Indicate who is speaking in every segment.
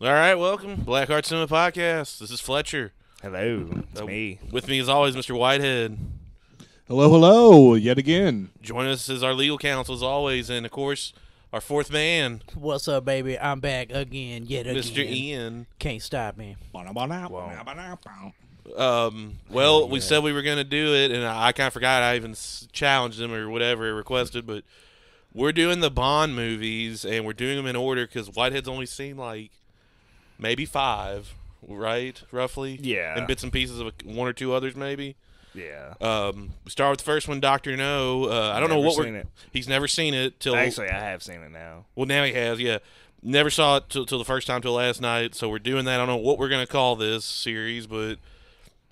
Speaker 1: All right, welcome Black Heart Cinema Podcast. This is Fletcher.
Speaker 2: Hello, it's
Speaker 1: Uh,
Speaker 2: me.
Speaker 1: With me, as always, Mr. Whitehead.
Speaker 3: Hello, hello, yet again.
Speaker 1: Join us as our legal counsel, as always, and of course, our fourth man,
Speaker 4: What's up, baby? I'm back again, yet again.
Speaker 1: Mr. Ian.
Speaker 4: Can't stop me.
Speaker 1: Um, well, we said we were going to do it, and I, I kind of forgot I even s- challenged him or whatever requested, but we're doing the Bond movies, and we're doing them in order because Whitehead's only seen like maybe five, right? Roughly,
Speaker 2: Yeah.
Speaker 1: and bits and pieces of one or two others, maybe.
Speaker 2: Yeah.
Speaker 1: Um, we start with the first one, Doctor No. Uh, I don't know
Speaker 2: Never
Speaker 1: what we're.
Speaker 2: seen it.
Speaker 1: He's never seen it till
Speaker 2: Actually, I have seen it now.
Speaker 1: Well, now he has. Yeah, never saw it till, till the first time till last night. So we're doing that. I don't know what we're gonna call this series, but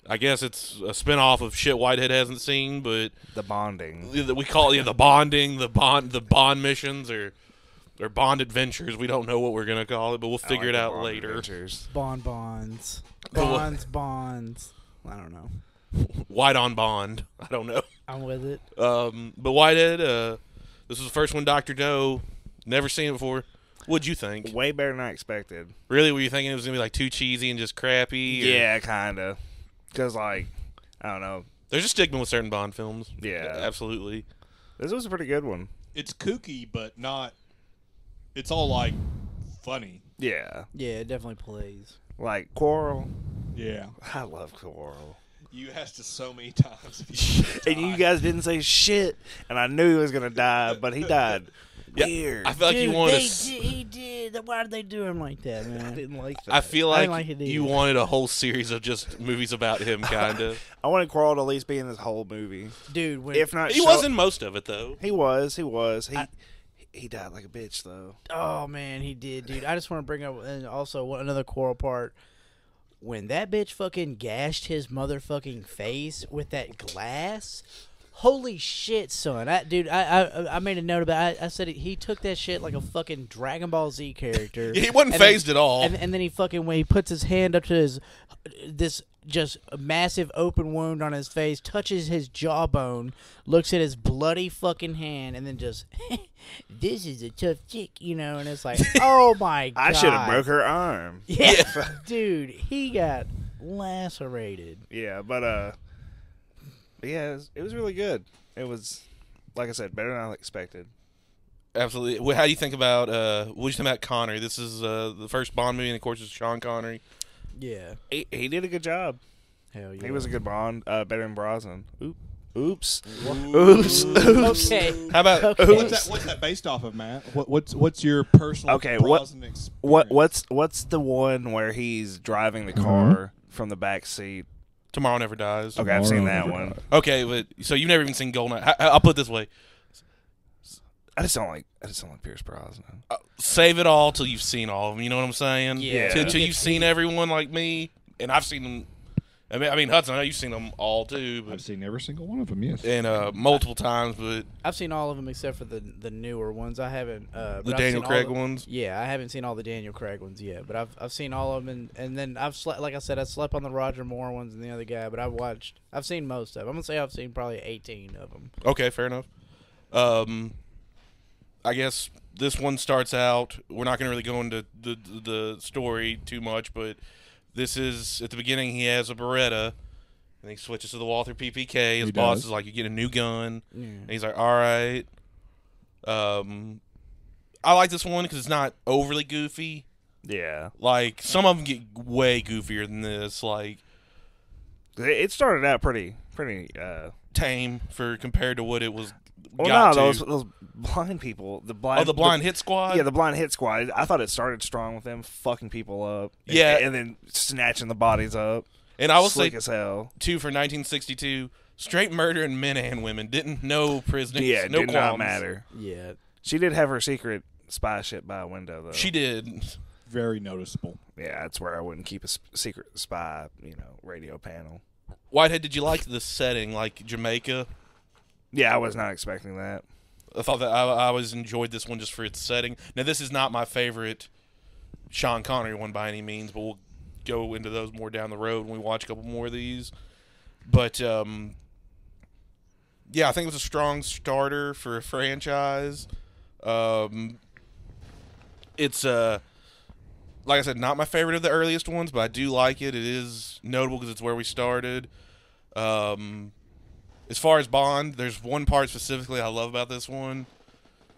Speaker 1: I guess it's a spinoff of shit Whitehead hasn't seen. But
Speaker 2: The bonding.
Speaker 1: we call it yeah, the bonding, the bond, the bond missions, or or bond adventures. We don't know what we're gonna call it, but we'll figure it out later.
Speaker 4: Bonbons.
Speaker 1: Cool.
Speaker 4: Bonds, bonds. I don't know.
Speaker 1: White on bond. I don't know.
Speaker 4: I'm with it.
Speaker 1: Um, but Whitehead, uh, this was the first one, Doctor No. Never seen it before. What'd you think?
Speaker 2: Way better than I expected.
Speaker 1: Really, were you thinking it was gonna be like too cheesy and just crappy? or-
Speaker 2: Yeah, kinda. Cause like, I don't know.
Speaker 1: There's a stigma with certain Bond films.
Speaker 2: Yeah.
Speaker 1: absolutely.
Speaker 2: This was a pretty good one.
Speaker 3: It's kooky, but not. It's all like funny.
Speaker 2: Yeah.
Speaker 4: Yeah, it definitely plays.
Speaker 2: Like Quarrel.
Speaker 3: Yeah,
Speaker 2: I love Quarrel.
Speaker 3: you asked us so many times.
Speaker 2: And you guys didn't say shit. And I knew he was gonna die, but he died. Weird.
Speaker 1: I feel like you
Speaker 4: Dude,
Speaker 1: wanted.
Speaker 4: they
Speaker 1: s-
Speaker 4: did, he did. Why did they do him like that, man? I didn't like
Speaker 1: I feel
Speaker 4: I
Speaker 1: like,
Speaker 4: didn't like it either.
Speaker 1: you wanted a whole series of just movies about him, kind of.
Speaker 2: I wanted Quarrel to at least be in this whole movie.
Speaker 4: Dude, when,
Speaker 2: If not,
Speaker 1: he
Speaker 2: show-
Speaker 1: was in most of it, though.
Speaker 2: He was. He was. He he died like a bitch though.
Speaker 4: oh man, he did, dude. I just want to bring up and also one, another quarrel part. When that bitch fucking gashed his motherfucking face with that glass, holy shit, son! I dude, I I, I made a note about. I, I said he took that shit like a fucking Dragon Ball Z character.
Speaker 1: He wasn't
Speaker 4: And then-
Speaker 1: phased at all.
Speaker 4: And, and then he fucking when he puts his hand up to his this just massive open wound on his face, touches his jawbone, looks at his bloody fucking hand, and then just this is a tough chick, you know. And it's like, oh my god,
Speaker 2: I should have broke her arm.
Speaker 4: Yeah, dude, he got lacerated.
Speaker 2: Yeah, but uh, but yeah, it was, it was really good. It was, like I said, better than I expected.
Speaker 1: Absolutely. Well, how do you think about? Uh, what do you think about Connery? This is uh, the first Bond movie, and of course, it's Sean Connery.
Speaker 4: Yeah,
Speaker 2: He, he did a good job.
Speaker 4: hell yeah.
Speaker 2: He was a good Bond, uh, better than Brosnan. Oop, oops, oops, oops.
Speaker 4: okay.
Speaker 1: How about?
Speaker 4: Okay.
Speaker 5: What's that, what's that based off of, Matt?
Speaker 3: What, what's what's your personal
Speaker 2: Okay, what-
Speaker 5: Brosnan experience.
Speaker 2: What what's what's the one where he's driving the car from the back seat?
Speaker 1: Tomorrow Never Dies.
Speaker 2: Okay, I've seen
Speaker 3: Tomorrow
Speaker 2: that
Speaker 3: Never
Speaker 2: one.
Speaker 1: Okay, but so you've never even seen Goldeneye. I, I'll put it this way:
Speaker 2: I just don't like. I just don't like Pierce Brosnan.
Speaker 1: save it all till you've seen all of them. You know what I'm saying?
Speaker 4: Yeah.
Speaker 1: Till, till you've seen everyone like me, and I've seen them. I mean, I mean Hudson, I know you've seen them all too,
Speaker 3: I've
Speaker 1: but,
Speaker 3: seen every single one of them. Yes.
Speaker 1: and uh, multiple times. But
Speaker 4: I've seen all of them except for the the newer ones. I haven't. Uh,
Speaker 1: the
Speaker 4: but I've
Speaker 1: Daniel
Speaker 4: seen all
Speaker 1: Craig
Speaker 4: the-
Speaker 1: ones.
Speaker 4: Yeah, I haven't seen all the Daniel Craig ones yet, but I've I've seen all of them, and, and then I've slept like I said, I slept on the Roger Moore ones and the other guy, but I've watched, I've seen most of. them. I'm gonna say I've seen probably 18 of them.
Speaker 1: Okay, fair enough. Um, I guess this one starts out. We're not going to really go into the, the the story too much, but this is at the beginning. He has a Beretta, and he switches to the Walther PPK. His
Speaker 3: He
Speaker 1: boss
Speaker 3: does.
Speaker 1: is like, "You get a new gun."
Speaker 4: Yeah.
Speaker 1: And he's like, "All right." Um, I like this one because it's not overly goofy.
Speaker 2: Yeah,
Speaker 1: Like some of them get way goofier than this. Like
Speaker 2: it, it started out pretty pretty. uh
Speaker 1: tame for compared to what it was.
Speaker 2: Well,
Speaker 1: got
Speaker 2: no, those
Speaker 1: to.
Speaker 2: those blind people, the blind,
Speaker 1: oh, the blind hit squad.
Speaker 2: yeah, the blind hit squad. I thought it started strong with them fucking people up, and-
Speaker 1: Yeah.
Speaker 2: and, then snatching the bodies up.
Speaker 1: and I will say
Speaker 2: slick as hell.
Speaker 1: two for 1962. Straight murder and men and women didn't know prisoners.
Speaker 2: Yeah, it
Speaker 1: no
Speaker 2: did
Speaker 1: qualms.
Speaker 2: not matter.
Speaker 4: Yeah,
Speaker 2: She did have her secret spy shit by a window though.
Speaker 1: She did.
Speaker 3: Very noticeable.
Speaker 2: yeah, that's where I wouldn't keep a s- secret spy, you know, radio panel.
Speaker 1: Whitehead, did you like the setting, like Jamaica?
Speaker 2: Yeah, I was not expecting that.
Speaker 1: I thought that I, I always enjoyed this one just for its setting. Now, this is not my favorite Sean Connery one by any means, but we'll go into those more down the road when we watch a couple more of these. But um, yeah, I think it was a strong starter for a franchise. Um, it's uh, like I said, not my favorite of the earliest ones, but I do like it. It is notable because it's where we started. Um, as far as Bond, there's one part specifically I love about this one.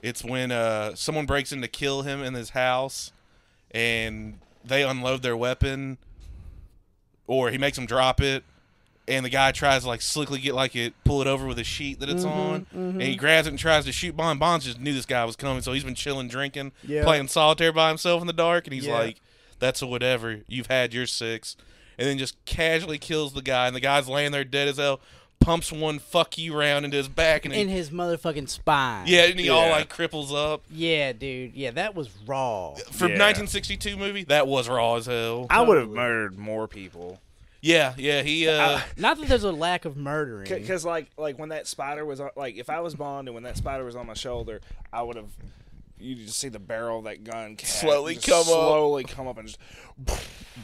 Speaker 1: It's when uh, someone breaks in to kill him in his house, and they unload their weapon, or he makes them drop it, and the guy tries to like slickly get like it, pull it over with a sheet that
Speaker 4: Mm-hmm,
Speaker 1: it's on, and he grabs it and tries to shoot Bond. Bond just knew this guy was coming, so he's been chilling, drinking,
Speaker 4: Yeah.
Speaker 1: playing solitaire by himself in the dark, and he's
Speaker 4: Yeah.
Speaker 1: like, "That's a whatever. You've had your six. and then just casually kills the guy, and the guy's laying there dead as hell. Pumps one "fuck you" round into his back, and he,
Speaker 4: in his motherfucking spine.
Speaker 1: yeah, and he all
Speaker 2: Yeah.
Speaker 1: like cripples up.
Speaker 4: Yeah, dude. Yeah, that was raw.
Speaker 1: For
Speaker 2: Yeah.
Speaker 1: 1962 movie, that was raw as hell.
Speaker 2: I would have
Speaker 4: Totally.
Speaker 2: murdered more people.
Speaker 1: Yeah, yeah, he. Uh,
Speaker 4: Not that there's a lack of murdering.
Speaker 2: Because like like when that spider was on, like if I was Bond and when that spider was on my shoulder, I would have. You just see the barrel of that gun ca-
Speaker 1: Slowly
Speaker 2: just
Speaker 1: come up.
Speaker 2: slowly come up and just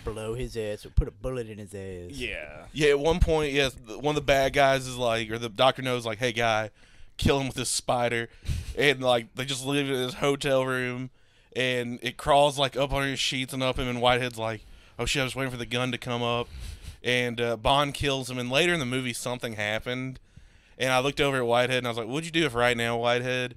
Speaker 4: blow his ass or put a bullet in his ass.
Speaker 2: yeah.
Speaker 1: yeah, at one point, yes, th- one of the bad guys is like, or the doctor knows, like, hey, guy, kill him with this spider, and like they just leave it in his hotel room, and it crawls like up under his sheets and up him, and Whitehead's like, oh shit, I was waiting for the gun to come up, and uh, Bond kills him, and later in the movie something happened, and I looked over at Whitehead and I was like, what'd you do if right now Whitehead?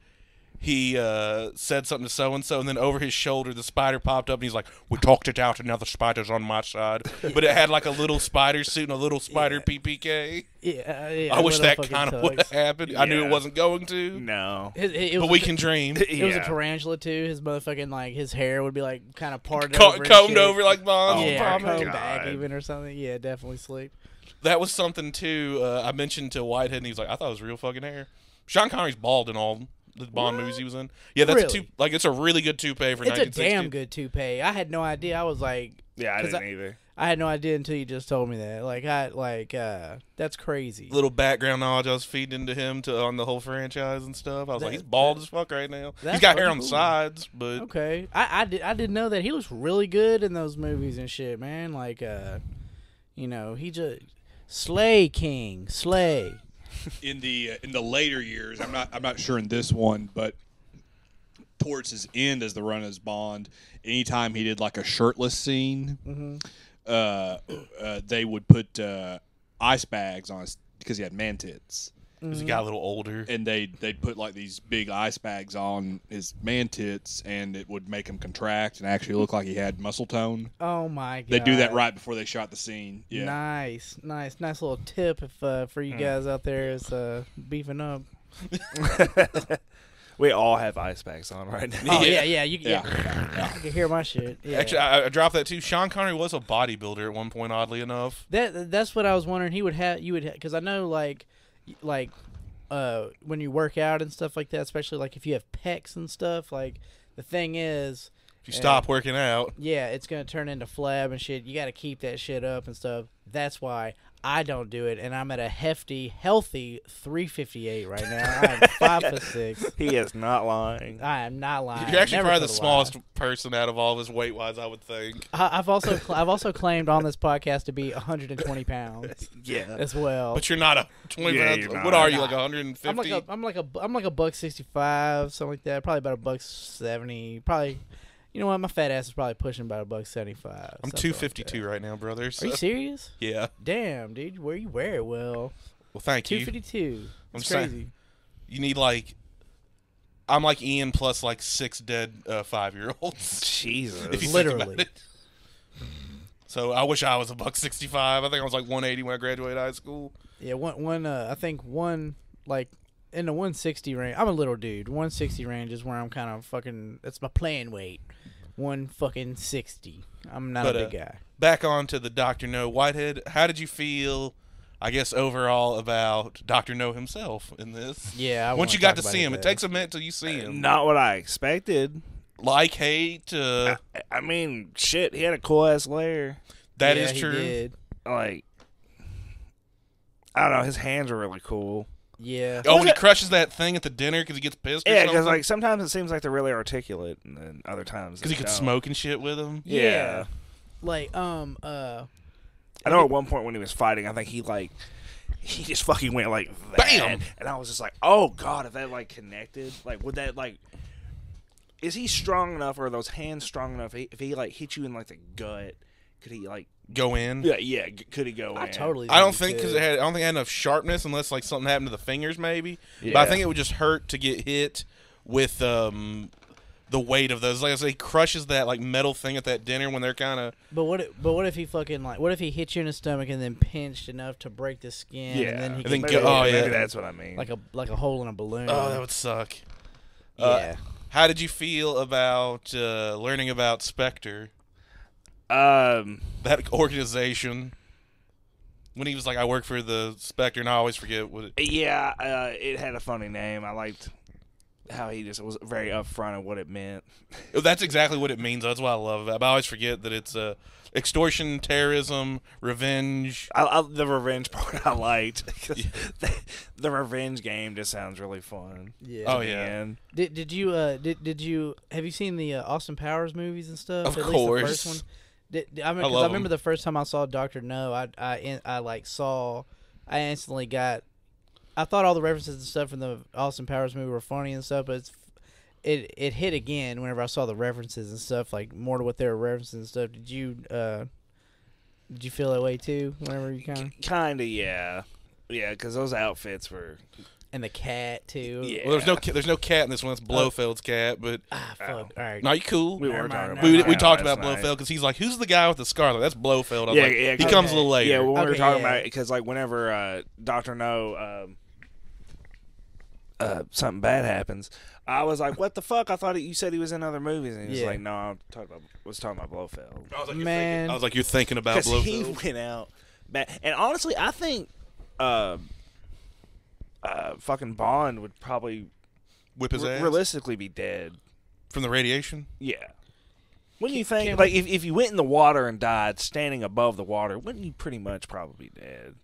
Speaker 1: He uh, said something to so and so, and then over his shoulder, the spider popped up, and he's like, "We talked it out, and now the spider's on my side." But it had like a little spider suit and a little spider PPK.
Speaker 4: Yeah, uh, yeah,
Speaker 1: I wish
Speaker 4: well,
Speaker 1: that
Speaker 4: fucking
Speaker 1: kind of
Speaker 4: sucks.
Speaker 1: would have happened. I knew it
Speaker 2: Yeah.
Speaker 1: wasn't going to,
Speaker 2: No.
Speaker 4: His- it- it
Speaker 1: but
Speaker 4: was
Speaker 1: we
Speaker 4: a-
Speaker 1: can dream.
Speaker 4: It was a tarantula too. His motherfucking like his hair would be like kind of parted,
Speaker 1: Co-
Speaker 4: over and
Speaker 1: combed
Speaker 4: shit.
Speaker 1: over like Bond's.
Speaker 2: Oh
Speaker 4: yeah, or
Speaker 2: my
Speaker 4: combed
Speaker 2: God.
Speaker 4: back even or something. Yeah, definitely sleep.
Speaker 1: That was something too. Uh, I mentioned to Whitehead, and he was like, "I thought it was real fucking hair." Sean Connery's bald in all the Bond movies he was in. Yeah, that's a
Speaker 4: Really?
Speaker 1: two, like it's a really good toupee for
Speaker 4: It's a
Speaker 1: 1960.
Speaker 4: damn good toupee. I had no idea. I was like,
Speaker 2: Yeah, I
Speaker 4: 'Cause
Speaker 2: didn't
Speaker 4: I-
Speaker 2: either.
Speaker 4: I had no idea until you just told me that. Like, I like uh that's crazy.
Speaker 1: little background knowledge I was feeding into him to on the whole franchise and stuff. I was like,
Speaker 4: That-
Speaker 1: he's bald as fuck right now.
Speaker 4: that's
Speaker 1: He's got hair
Speaker 4: fucking
Speaker 1: on the
Speaker 4: cool.
Speaker 1: sides, but
Speaker 4: Okay, I I, did, I didn't know that he looks really good in those movies and shit, man. Like, uh, you know, he just Slay King, Slay.
Speaker 3: in the uh, in the later years. I'm not I'm not sure in this one, but towards his end as the run as Bond, anytime he did like a shirtless scene,
Speaker 1: Mm-hmm.
Speaker 3: uh, uh, they would put uh, ice bags on his because he had man tits,
Speaker 1: he got a little older.
Speaker 3: and they they put like these big ice bags on his man tits, and it would make him contract and actually look like he had muscle tone.
Speaker 4: Oh my god.
Speaker 3: They do that right before they shot the scene. Yeah.
Speaker 4: Nice, nice, nice little tip if uh, for you guys out there is uh, beefing up.
Speaker 2: We all have ice packs on right now.
Speaker 4: Oh yeah, yeah, you yeah.
Speaker 3: Yeah.
Speaker 4: I can hear my shit. Yeah.
Speaker 1: Actually, I, I dropped that too. Sean Connery was a bodybuilder at one point, oddly enough.
Speaker 4: That that's what I was wondering. He would have you would because I know like y- like uh when you work out and stuff like that, especially like if you have pecs and stuff. Like the thing is,
Speaker 1: If you stop working out,
Speaker 4: yeah, it's gonna turn into flab and shit. You got to keep that shit up and stuff. That's why I don't do it, and I'm at a hefty, healthy 358 right now. I'm five foot six.
Speaker 2: He is not lying.
Speaker 4: I am not lying.
Speaker 1: you're actually
Speaker 4: Never
Speaker 1: probably the
Speaker 4: told a lie.
Speaker 1: smallest person out of all of us weight wise, I would think.
Speaker 4: I- I've also cl- I've also claimed on this podcast to be 120 pounds
Speaker 2: Yeah.
Speaker 4: as well.
Speaker 1: But you're not a 20
Speaker 2: Yeah,
Speaker 1: pounds.
Speaker 2: you're not.
Speaker 1: What are you,
Speaker 4: Nah.
Speaker 1: like 150?
Speaker 4: I'm like a I'm like a bu- I'm like a buck sixty five something like that. Probably about a buck seventy. Probably, you know what? My fat ass is probably pushing about a buck seventy five.
Speaker 1: I'm 252 right now, brother.
Speaker 4: Are
Speaker 1: so-
Speaker 4: you serious?
Speaker 1: yeah.
Speaker 4: Damn, dude, where you wear it well?
Speaker 1: Well, thank
Speaker 4: Two
Speaker 1: you.
Speaker 4: fifty two.
Speaker 1: I'm
Speaker 4: It's
Speaker 1: saying-
Speaker 4: crazy.
Speaker 1: You need like. I'm like Ian plus like six dead uh, five year olds. If you
Speaker 2: Jesus.
Speaker 1: think about
Speaker 4: Literally.
Speaker 1: it. So I wish I was a buck sixty five. I think I was like one eighty when I graduated high school.
Speaker 4: Yeah, one one. Uh, I think one like in the one sixty range. I'm a little dude. One sixty range is where I'm kind of fucking. That's my playing weight. One fucking sixty. I'm not
Speaker 1: But,
Speaker 4: a
Speaker 1: uh,
Speaker 4: big guy.
Speaker 1: Back on to the Doctor No Whitehead. How did you feel? I guess overall about Doctor No himself in this.
Speaker 4: Yeah. I
Speaker 1: Once
Speaker 4: wanna
Speaker 1: you got
Speaker 4: talk
Speaker 1: to
Speaker 4: about
Speaker 1: see him, it
Speaker 4: though. Uh,
Speaker 1: takes a minute till you see him.
Speaker 2: Not what I expected.
Speaker 1: Like hate. Uh,
Speaker 2: I- I mean, shit, he had a cool ass lair.
Speaker 1: that
Speaker 4: Yeah,
Speaker 1: is
Speaker 4: he
Speaker 1: true.
Speaker 4: did.
Speaker 2: Like, I don't know. His hands were really cool.
Speaker 4: Yeah.
Speaker 1: Oh, when he crushes that thing at the dinner because he gets pissed. Or
Speaker 2: Yeah, because like sometimes it seems like they're really articulate, and then other times
Speaker 1: because he
Speaker 2: they
Speaker 1: could
Speaker 2: don't.
Speaker 1: smoke and shit with him.
Speaker 2: Yeah.
Speaker 4: Yeah. Like um uh
Speaker 2: I know at one point when he was fighting, I think he like he just fucking went like that,
Speaker 1: Bam!
Speaker 2: and I was just like, oh god, if that like connected, like would that like is he strong enough? Or are those hands strong enough? If he like hit you in like the gut, could he like?
Speaker 1: Go in.
Speaker 2: Yeah, yeah. g- Could he go?
Speaker 4: I
Speaker 2: in?
Speaker 4: totally.
Speaker 1: I don't
Speaker 4: he
Speaker 1: think because
Speaker 4: could.
Speaker 1: it had I don't think it had enough sharpness unless like something happened to the fingers maybe. But I
Speaker 2: Yeah.
Speaker 1: think it would just hurt to get hit with um the weight of those. Like I say, he crushes that like metal thing at that dinner when they're kind of
Speaker 4: But what? If, but what if he fucking like? What if he hit you in the stomach and then pinched enough to break the skin?
Speaker 2: Yeah.
Speaker 4: And then he
Speaker 2: And
Speaker 4: could
Speaker 1: then
Speaker 2: Maybe,
Speaker 1: go- oh,
Speaker 2: maybe
Speaker 1: yeah.
Speaker 2: that's what I mean.
Speaker 4: like a like a hole in a balloon.
Speaker 1: oh that would suck. uh,
Speaker 4: yeah.
Speaker 1: How did you feel about uh, learning about Spectre,
Speaker 2: um,
Speaker 1: that organization? When he was like, "I work for the Spectre," and I always forget what it,
Speaker 2: yeah. Uh, it had a funny name. I liked how he just was very upfront of what it meant.
Speaker 1: That's exactly what it means. That's what I love about. it. But I always forget that it's uh, extortion, terrorism, revenge.
Speaker 2: I, I, the revenge part I liked. 'cause the, the revenge game just sounds really fun.
Speaker 4: Yeah.
Speaker 1: Oh,
Speaker 2: in the
Speaker 1: yeah.
Speaker 2: end.
Speaker 4: Did, did you uh did, did you have you seen the uh, Austin Powers movies and stuff?
Speaker 1: Of
Speaker 4: At
Speaker 1: course.
Speaker 4: Least the first one. Did, did- I, mean, 'cause
Speaker 1: love
Speaker 4: I remember
Speaker 1: 'em.
Speaker 4: the first time I saw Doctor No, I I in- I like saw, I instantly got, I thought all the references and stuff from the Austin Powers movie were funny and stuff, but it's, it it hit again whenever I saw the references and stuff like more to what they were referencing and stuff. Did you uh, did you feel that way too? Whenever you kind of
Speaker 2: Kinda, yeah, yeah. Because those outfits were.
Speaker 4: and the cat too.
Speaker 2: Yeah.
Speaker 1: Well, there's no ca- there's no cat in this one. It's Blofeld's cat, but
Speaker 4: Ah, fuck.
Speaker 2: Ow.
Speaker 4: All right.
Speaker 1: no, you cool.
Speaker 2: We
Speaker 1: We
Speaker 2: were
Speaker 4: Never
Speaker 2: talking
Speaker 4: mind,
Speaker 2: about
Speaker 4: never
Speaker 1: we,
Speaker 4: mind.
Speaker 2: that
Speaker 1: talked
Speaker 2: last
Speaker 1: about
Speaker 2: night.
Speaker 1: Blofeld because he's like, who's the guy with the scarlet? That's Blofeld. I was
Speaker 2: Yeah,
Speaker 1: like,
Speaker 2: yeah,
Speaker 1: he
Speaker 2: 'cause-
Speaker 1: comes a
Speaker 4: okay.
Speaker 1: little later.
Speaker 2: Yeah, when we were
Speaker 4: Okay,
Speaker 2: talking
Speaker 4: yeah,
Speaker 2: about
Speaker 4: yeah.
Speaker 2: it, because like whenever uh, Doctor No, um, uh, something bad happens, I was like, "What the fuck?" I thought you said he was in other movies, and he was
Speaker 4: Yeah.
Speaker 2: like, "No, I'm talking about was talking about Blofeld."
Speaker 1: I was like,
Speaker 4: Man.
Speaker 1: I was like, you're thinking about
Speaker 2: Because
Speaker 1: Blofeld.
Speaker 2: he went out bad. And honestly, I think uh, uh, fucking Bond would probably
Speaker 1: Whip his
Speaker 2: re-
Speaker 1: ass
Speaker 2: realistically be dead.
Speaker 1: from the radiation.
Speaker 2: Yeah. Wouldn't you think, like, if, if you went in the water and died standing above the water, wouldn't you pretty much probably be dead?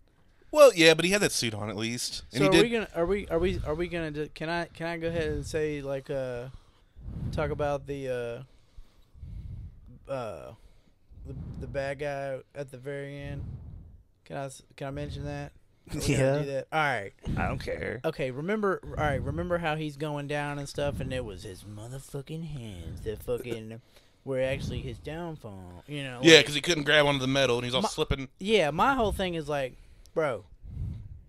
Speaker 1: Well, yeah, but he had that suit on at least, and
Speaker 4: So
Speaker 1: he
Speaker 4: are
Speaker 1: did.
Speaker 4: we gonna are we are we are we gonna do, can I can I go ahead and say like uh talk about the uh uh the, the bad guy at the very end? Can I s- can I mention that? Are we gonna
Speaker 2: Yeah.
Speaker 4: Do that? All right.
Speaker 2: I don't care.
Speaker 4: Okay. Remember. All right. Remember how he's going down and stuff, and it was his motherfucking hands that fucking were actually his downfall. You know.
Speaker 1: yeah,
Speaker 4: like-
Speaker 1: because he couldn't grab onto the metal, and he's all
Speaker 4: My-
Speaker 1: slipping.
Speaker 4: yeah. My whole thing is like, bro,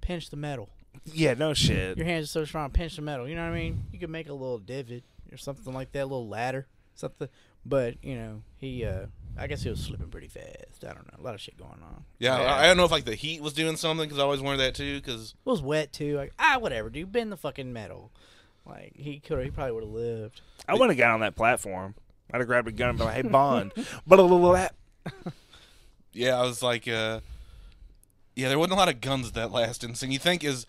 Speaker 4: pinch the metal.
Speaker 2: Yeah, no shit.
Speaker 4: your hands are so strong, pinch the metal. You know what I mean? You could make a little divot or something like that, a little ladder, something. But you know, he, uh I guess he was slipping pretty fast. I don't know, a lot of shit going on.
Speaker 1: Yeah,
Speaker 2: Yeah.
Speaker 1: I, I don't know if like the heat was doing something because I always wondered that too. Because
Speaker 4: It was wet too. Like ah, whatever, dude, bend the fucking metal. Like he could, he probably would have lived.
Speaker 2: I wouldn't have got on that platform. I'd have grabbed a gun and been like, hey, Bond. But a little that.
Speaker 1: yeah, I was like, uh, yeah, there wasn't a lot of guns that last instant. You think as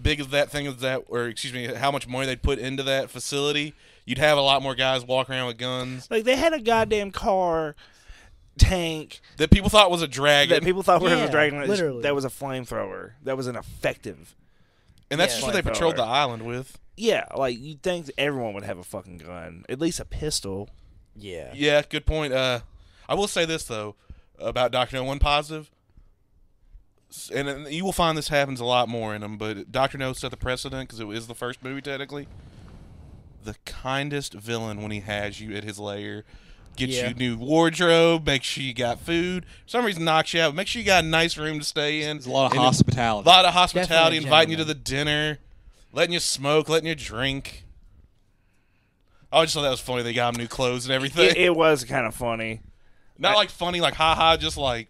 Speaker 1: big as that thing is that, or excuse me, how much money they put into that facility, you'd have a lot more guys walking around with guns
Speaker 2: Like, they had a goddamn car tank
Speaker 1: that people thought was a dragon,
Speaker 2: that people thought was
Speaker 4: Yeah,
Speaker 2: a dragon. that-
Speaker 4: literally.
Speaker 2: That was a flamethrower. That was an effective.
Speaker 1: and that's
Speaker 4: Yeah.
Speaker 1: just what they patrolled the island with.
Speaker 2: Yeah, like you'd think everyone would have a fucking gun, at least a pistol.
Speaker 4: Yeah.
Speaker 1: Yeah, good point. Uh, I will say this though about Doctor No. One positive, s- and, and you will find this happens a lot more in them. But Doctor No set the precedent because it is the first movie technically. The kindest villain when he has you at his lair, gets
Speaker 4: Yeah.
Speaker 1: you new wardrobe, makes sure you got food. For some reason, knocks you out. Make sure you got a nice room to stay in.
Speaker 3: There's a lot of
Speaker 1: And it-
Speaker 3: hospitality.
Speaker 1: lot of hospitality,
Speaker 4: Definitely a
Speaker 1: inviting you to the
Speaker 4: gentleman.
Speaker 1: dinner, letting you smoke, letting you drink. I just thought that was funny. They got him new clothes and everything.
Speaker 2: It, it was kind of funny.
Speaker 1: Not like funny, like ha ha, just like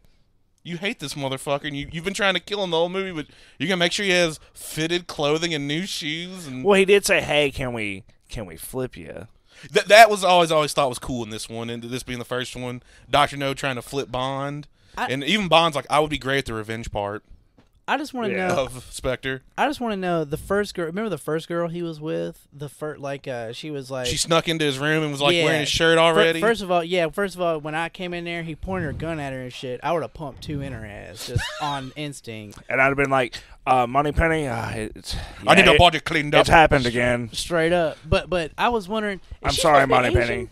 Speaker 1: you hate this motherfucker and you, you've been trying to kill him the whole movie, but you're gonna make sure he has fitted clothing and new shoes and
Speaker 2: Well, he did say, "Hey, can we can we flip you?"
Speaker 1: Th- that was always always thought was cool in this one, and this being the first one, Doctor No trying to flip Bond.
Speaker 4: I-
Speaker 1: and even Bond's like, I would be great at the revenge part
Speaker 4: I just want to
Speaker 2: Yeah.
Speaker 4: know.
Speaker 1: of Spectre.
Speaker 4: I just want to know the first girl. Remember the first girl he was with? The first, like, uh she was like.
Speaker 1: She snuck into his room and was like
Speaker 4: Yeah.
Speaker 1: wearing his shirt
Speaker 4: Fir-
Speaker 1: already.
Speaker 4: First of all, yeah. First of all, when I came in there, he pointed her gun at her and shit. I would have pumped two in her ass just on instinct,
Speaker 2: And I'd have been like, uh, "Money Penny, uh, it's,
Speaker 1: I need
Speaker 2: yeah,
Speaker 1: a
Speaker 2: it-
Speaker 1: body cleaned up.
Speaker 2: It's happened again.
Speaker 4: straight up. But but I was wondering. is
Speaker 2: I'm
Speaker 4: she
Speaker 2: sorry,
Speaker 4: supposed to
Speaker 2: Money
Speaker 4: be
Speaker 2: Penny.
Speaker 4: Asian?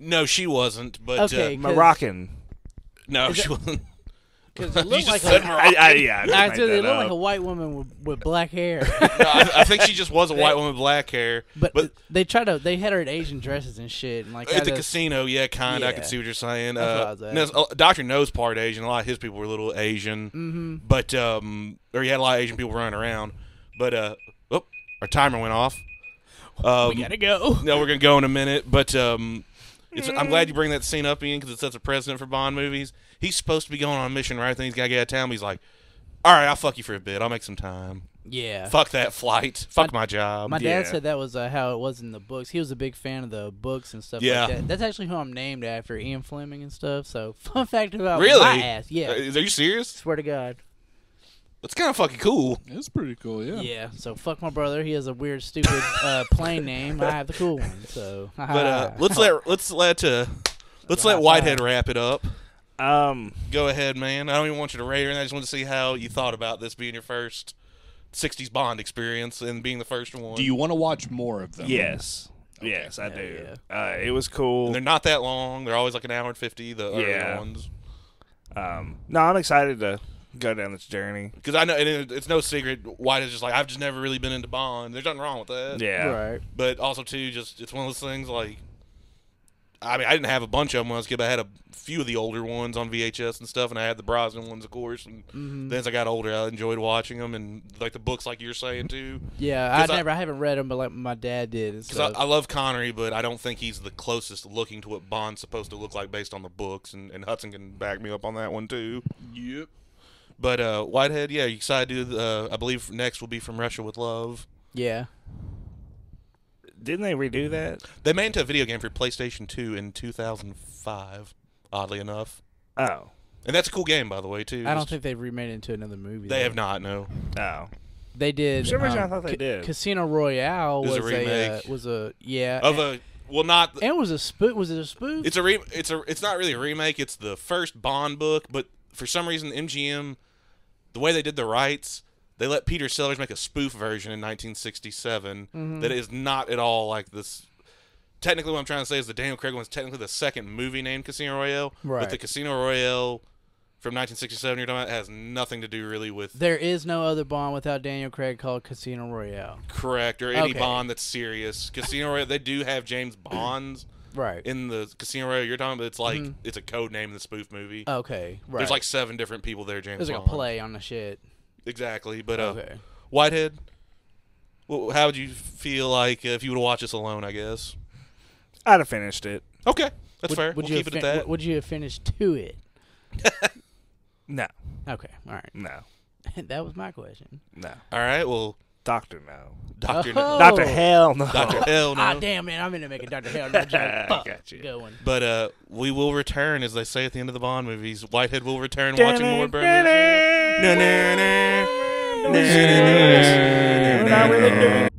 Speaker 1: no, she wasn't, but
Speaker 4: Okay.
Speaker 1: uh,
Speaker 2: Moroccan.
Speaker 1: no, she wasn't.
Speaker 4: because it looked
Speaker 1: you
Speaker 4: like
Speaker 1: just
Speaker 4: a,
Speaker 1: said
Speaker 4: I
Speaker 1: Moroccan.
Speaker 2: I, I, yeah, I just
Speaker 4: said
Speaker 2: made
Speaker 4: it
Speaker 2: that
Speaker 4: looked like
Speaker 2: up.
Speaker 4: a white woman with, with black hair.
Speaker 1: No, I, I think she just was a white woman with black hair.
Speaker 4: But,
Speaker 1: But,
Speaker 4: they tried to they had her in Asian dresses and shit and like
Speaker 1: at the
Speaker 4: kinda-
Speaker 1: casino, yeah, kind of. I can
Speaker 4: Yeah.
Speaker 1: see what you're saying.
Speaker 4: That's what I
Speaker 1: Uh,
Speaker 4: was asking.
Speaker 1: Nas- uh, Doctor knows part Asian. A lot of his people were a little Asian, mm-hmm. but um, or he had a lot of Asian people running around. But uh, oh, our timer went off. Um,
Speaker 4: we gotta go.
Speaker 1: No, we're gonna go in a minute, but um, it's, I'm glad you bring that scene up, Ian, because it sets a precedent for Bond movies. He's supposed to be going on a mission, right? Then he's gotta get out of town. But he's like, "All right, I'll fuck you for a bit. I'll make some time.
Speaker 4: Yeah.
Speaker 1: Fuck that flight. Fuck my, job."
Speaker 4: My
Speaker 2: Yeah.
Speaker 4: dad said that was uh, how it was in the books. He was a big fan of the books and stuff
Speaker 1: Yeah.
Speaker 4: like that. That's actually who I'm named after, Ian Fleming and stuff. So fun fact about
Speaker 1: really?
Speaker 4: my ass. Yeah.
Speaker 1: Uh, Are you serious?
Speaker 4: Swear to God.
Speaker 1: That's kind of fucking cool.
Speaker 3: It's pretty cool,
Speaker 4: Yeah. So fuck my brother. He has a weird, stupid uh, plane name. I have the cool one. So.
Speaker 1: But uh,
Speaker 3: Ah.
Speaker 1: let's let let's let uh, let's let Whitehead wrap it up.
Speaker 2: Um,
Speaker 1: Go ahead, man. I don't even want you to rate her, and I just want to see how you thought about this being your first '60s Bond experience and being the first one.
Speaker 3: Do you want to watch more of them?
Speaker 2: yes, yes, I do.
Speaker 4: Hell
Speaker 2: Uh, it was cool.
Speaker 1: And they're not that long. They're always like an hour and fifty. The early
Speaker 2: Yeah.
Speaker 1: ones.
Speaker 2: Um, no, I'm excited to go down this journey.
Speaker 1: Because I know and it, it's no secret. White is just like I've just never really been into Bond. There's nothing wrong with that.
Speaker 2: Yeah,
Speaker 4: Right.
Speaker 1: But also too, just it's one of those things like. I mean, I didn't have a bunch of them when I was a kid. But I had a few of the older ones on VHS and stuff, and I had the Brosnan ones, of course. And then as I got older, I enjoyed watching them and like the books, like you're saying too.
Speaker 4: Yeah.
Speaker 1: 'Cause
Speaker 4: I
Speaker 1: I-
Speaker 4: never. I, haven't read them, but like my dad did. And
Speaker 1: Because
Speaker 4: stuff.
Speaker 1: I, I love Connery, but I don't think he's the closest looking to what Bond's supposed to look like based on the books, and, and Hudson can back me up on that one too.
Speaker 3: Yep.
Speaker 1: But uh, Whitehead, yeah, you decided to. do the- Uh, I believe next will be from Russia with Love.
Speaker 4: yeah.
Speaker 2: didn't they redo that?
Speaker 1: They made into a video game for PlayStation 2 in 2005, oddly enough,
Speaker 2: Oh,
Speaker 1: and that's a cool game, by the way, too.
Speaker 4: I don't
Speaker 1: Just-
Speaker 4: think they've remade it into another movie.
Speaker 1: they
Speaker 4: though.
Speaker 1: have not. No,
Speaker 2: oh,
Speaker 4: They did.
Speaker 2: For some reason,
Speaker 4: um,
Speaker 2: I thought they did.
Speaker 4: Casino Royale
Speaker 1: It was
Speaker 4: was,
Speaker 1: a
Speaker 4: a, uh,
Speaker 1: remake.
Speaker 4: was a yeah.
Speaker 1: of
Speaker 4: and,
Speaker 1: a well, not.
Speaker 4: and it was a spoof. Was it a spoof?
Speaker 1: it's a re- It's a. It's not really a remake. It's the first Bond book, but for some reason, MGM, the way they did the rights. They let Peter Sellers make a spoof version in 1967
Speaker 4: Mm-hmm.
Speaker 1: that is not at all like this technically what I'm trying to say is the Daniel Craig one's technically the second movie named Casino Royale,
Speaker 4: Right.
Speaker 1: but the Casino Royale from 1967 you're talking about has nothing to do really with
Speaker 4: There is no other Bond without Daniel Craig called Casino Royale.
Speaker 1: correct or any
Speaker 4: Okay.
Speaker 1: Bond that's serious. Casino Royale they do have James Bonds
Speaker 4: Right.
Speaker 1: in the Casino Royale you're talking about. It's
Speaker 4: Mm-hmm.
Speaker 1: like it's a code name in the spoof movie.
Speaker 4: okay. Right.
Speaker 1: There's like seven different people there. James
Speaker 4: there's like a
Speaker 1: Bond.
Speaker 4: play on the shit.
Speaker 1: exactly, but uh,
Speaker 4: Okay.
Speaker 1: Whitehead. Well, how would you feel like if you would watch this alone? I guess.
Speaker 2: I'd have finished it.
Speaker 1: Okay, that's
Speaker 4: Would,
Speaker 1: fair.
Speaker 4: would
Speaker 1: we'll
Speaker 4: you
Speaker 1: keep
Speaker 4: have
Speaker 1: it at
Speaker 4: fin-
Speaker 1: that.
Speaker 4: would- Would you have finished to it?
Speaker 2: No,
Speaker 4: Okay. All right.
Speaker 2: no,
Speaker 4: that was my question.
Speaker 2: no.
Speaker 1: All right. Well,
Speaker 2: Doctor, no.
Speaker 1: Doctor.
Speaker 4: Oh.
Speaker 2: Doctor, hell no.
Speaker 1: Doctor Hell no.
Speaker 4: Ah, damn man, I'm gonna make a Doctor Hell no joke. Fuck.
Speaker 2: Gotcha.
Speaker 4: Good one.
Speaker 1: But uh, we will return, as they say at the end of the Bond movies. Whitehead will return watching more Burn. This Way.
Speaker 2: We're not really doing